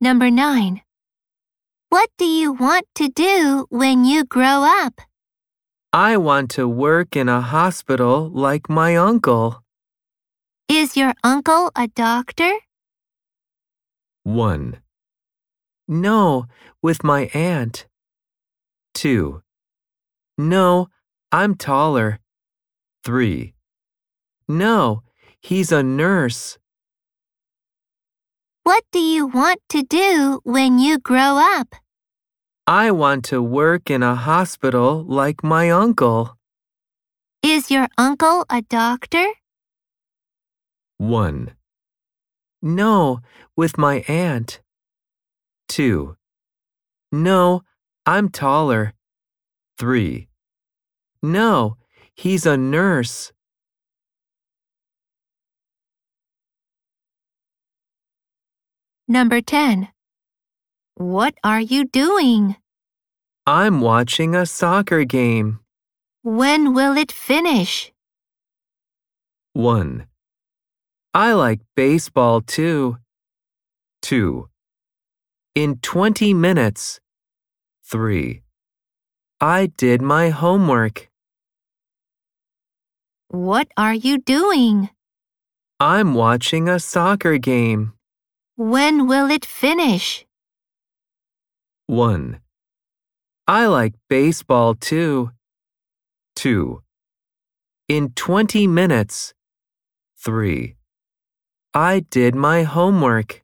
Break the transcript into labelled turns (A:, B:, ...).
A: Number 9. What do you want to do when you grow up?
B: I want to work in a hospital like my uncle.
A: Is your uncle a doctor?
B: 1. No, with my aunt. 2. No, I'm taller. 3. No, he's a nurse.
A: What do you want to do when you grow up?
B: I want to work in a hospital like my uncle.
A: Is your uncle a doctor?
B: 1. No, with my aunt. 2. No, I'm taller. 3. No, he's a nurse.
A: Number 10. What are you doing?
B: I'm watching a soccer game.
A: When will it finish?
B: 1. I like baseball too. 2. In 20 minutes. 3. I did my homework.
A: What are you doing?
B: I'm watching a soccer game.
A: When will it finish?
B: 1. I like baseball too. 2. In 20 minutes. 3. I did my homework.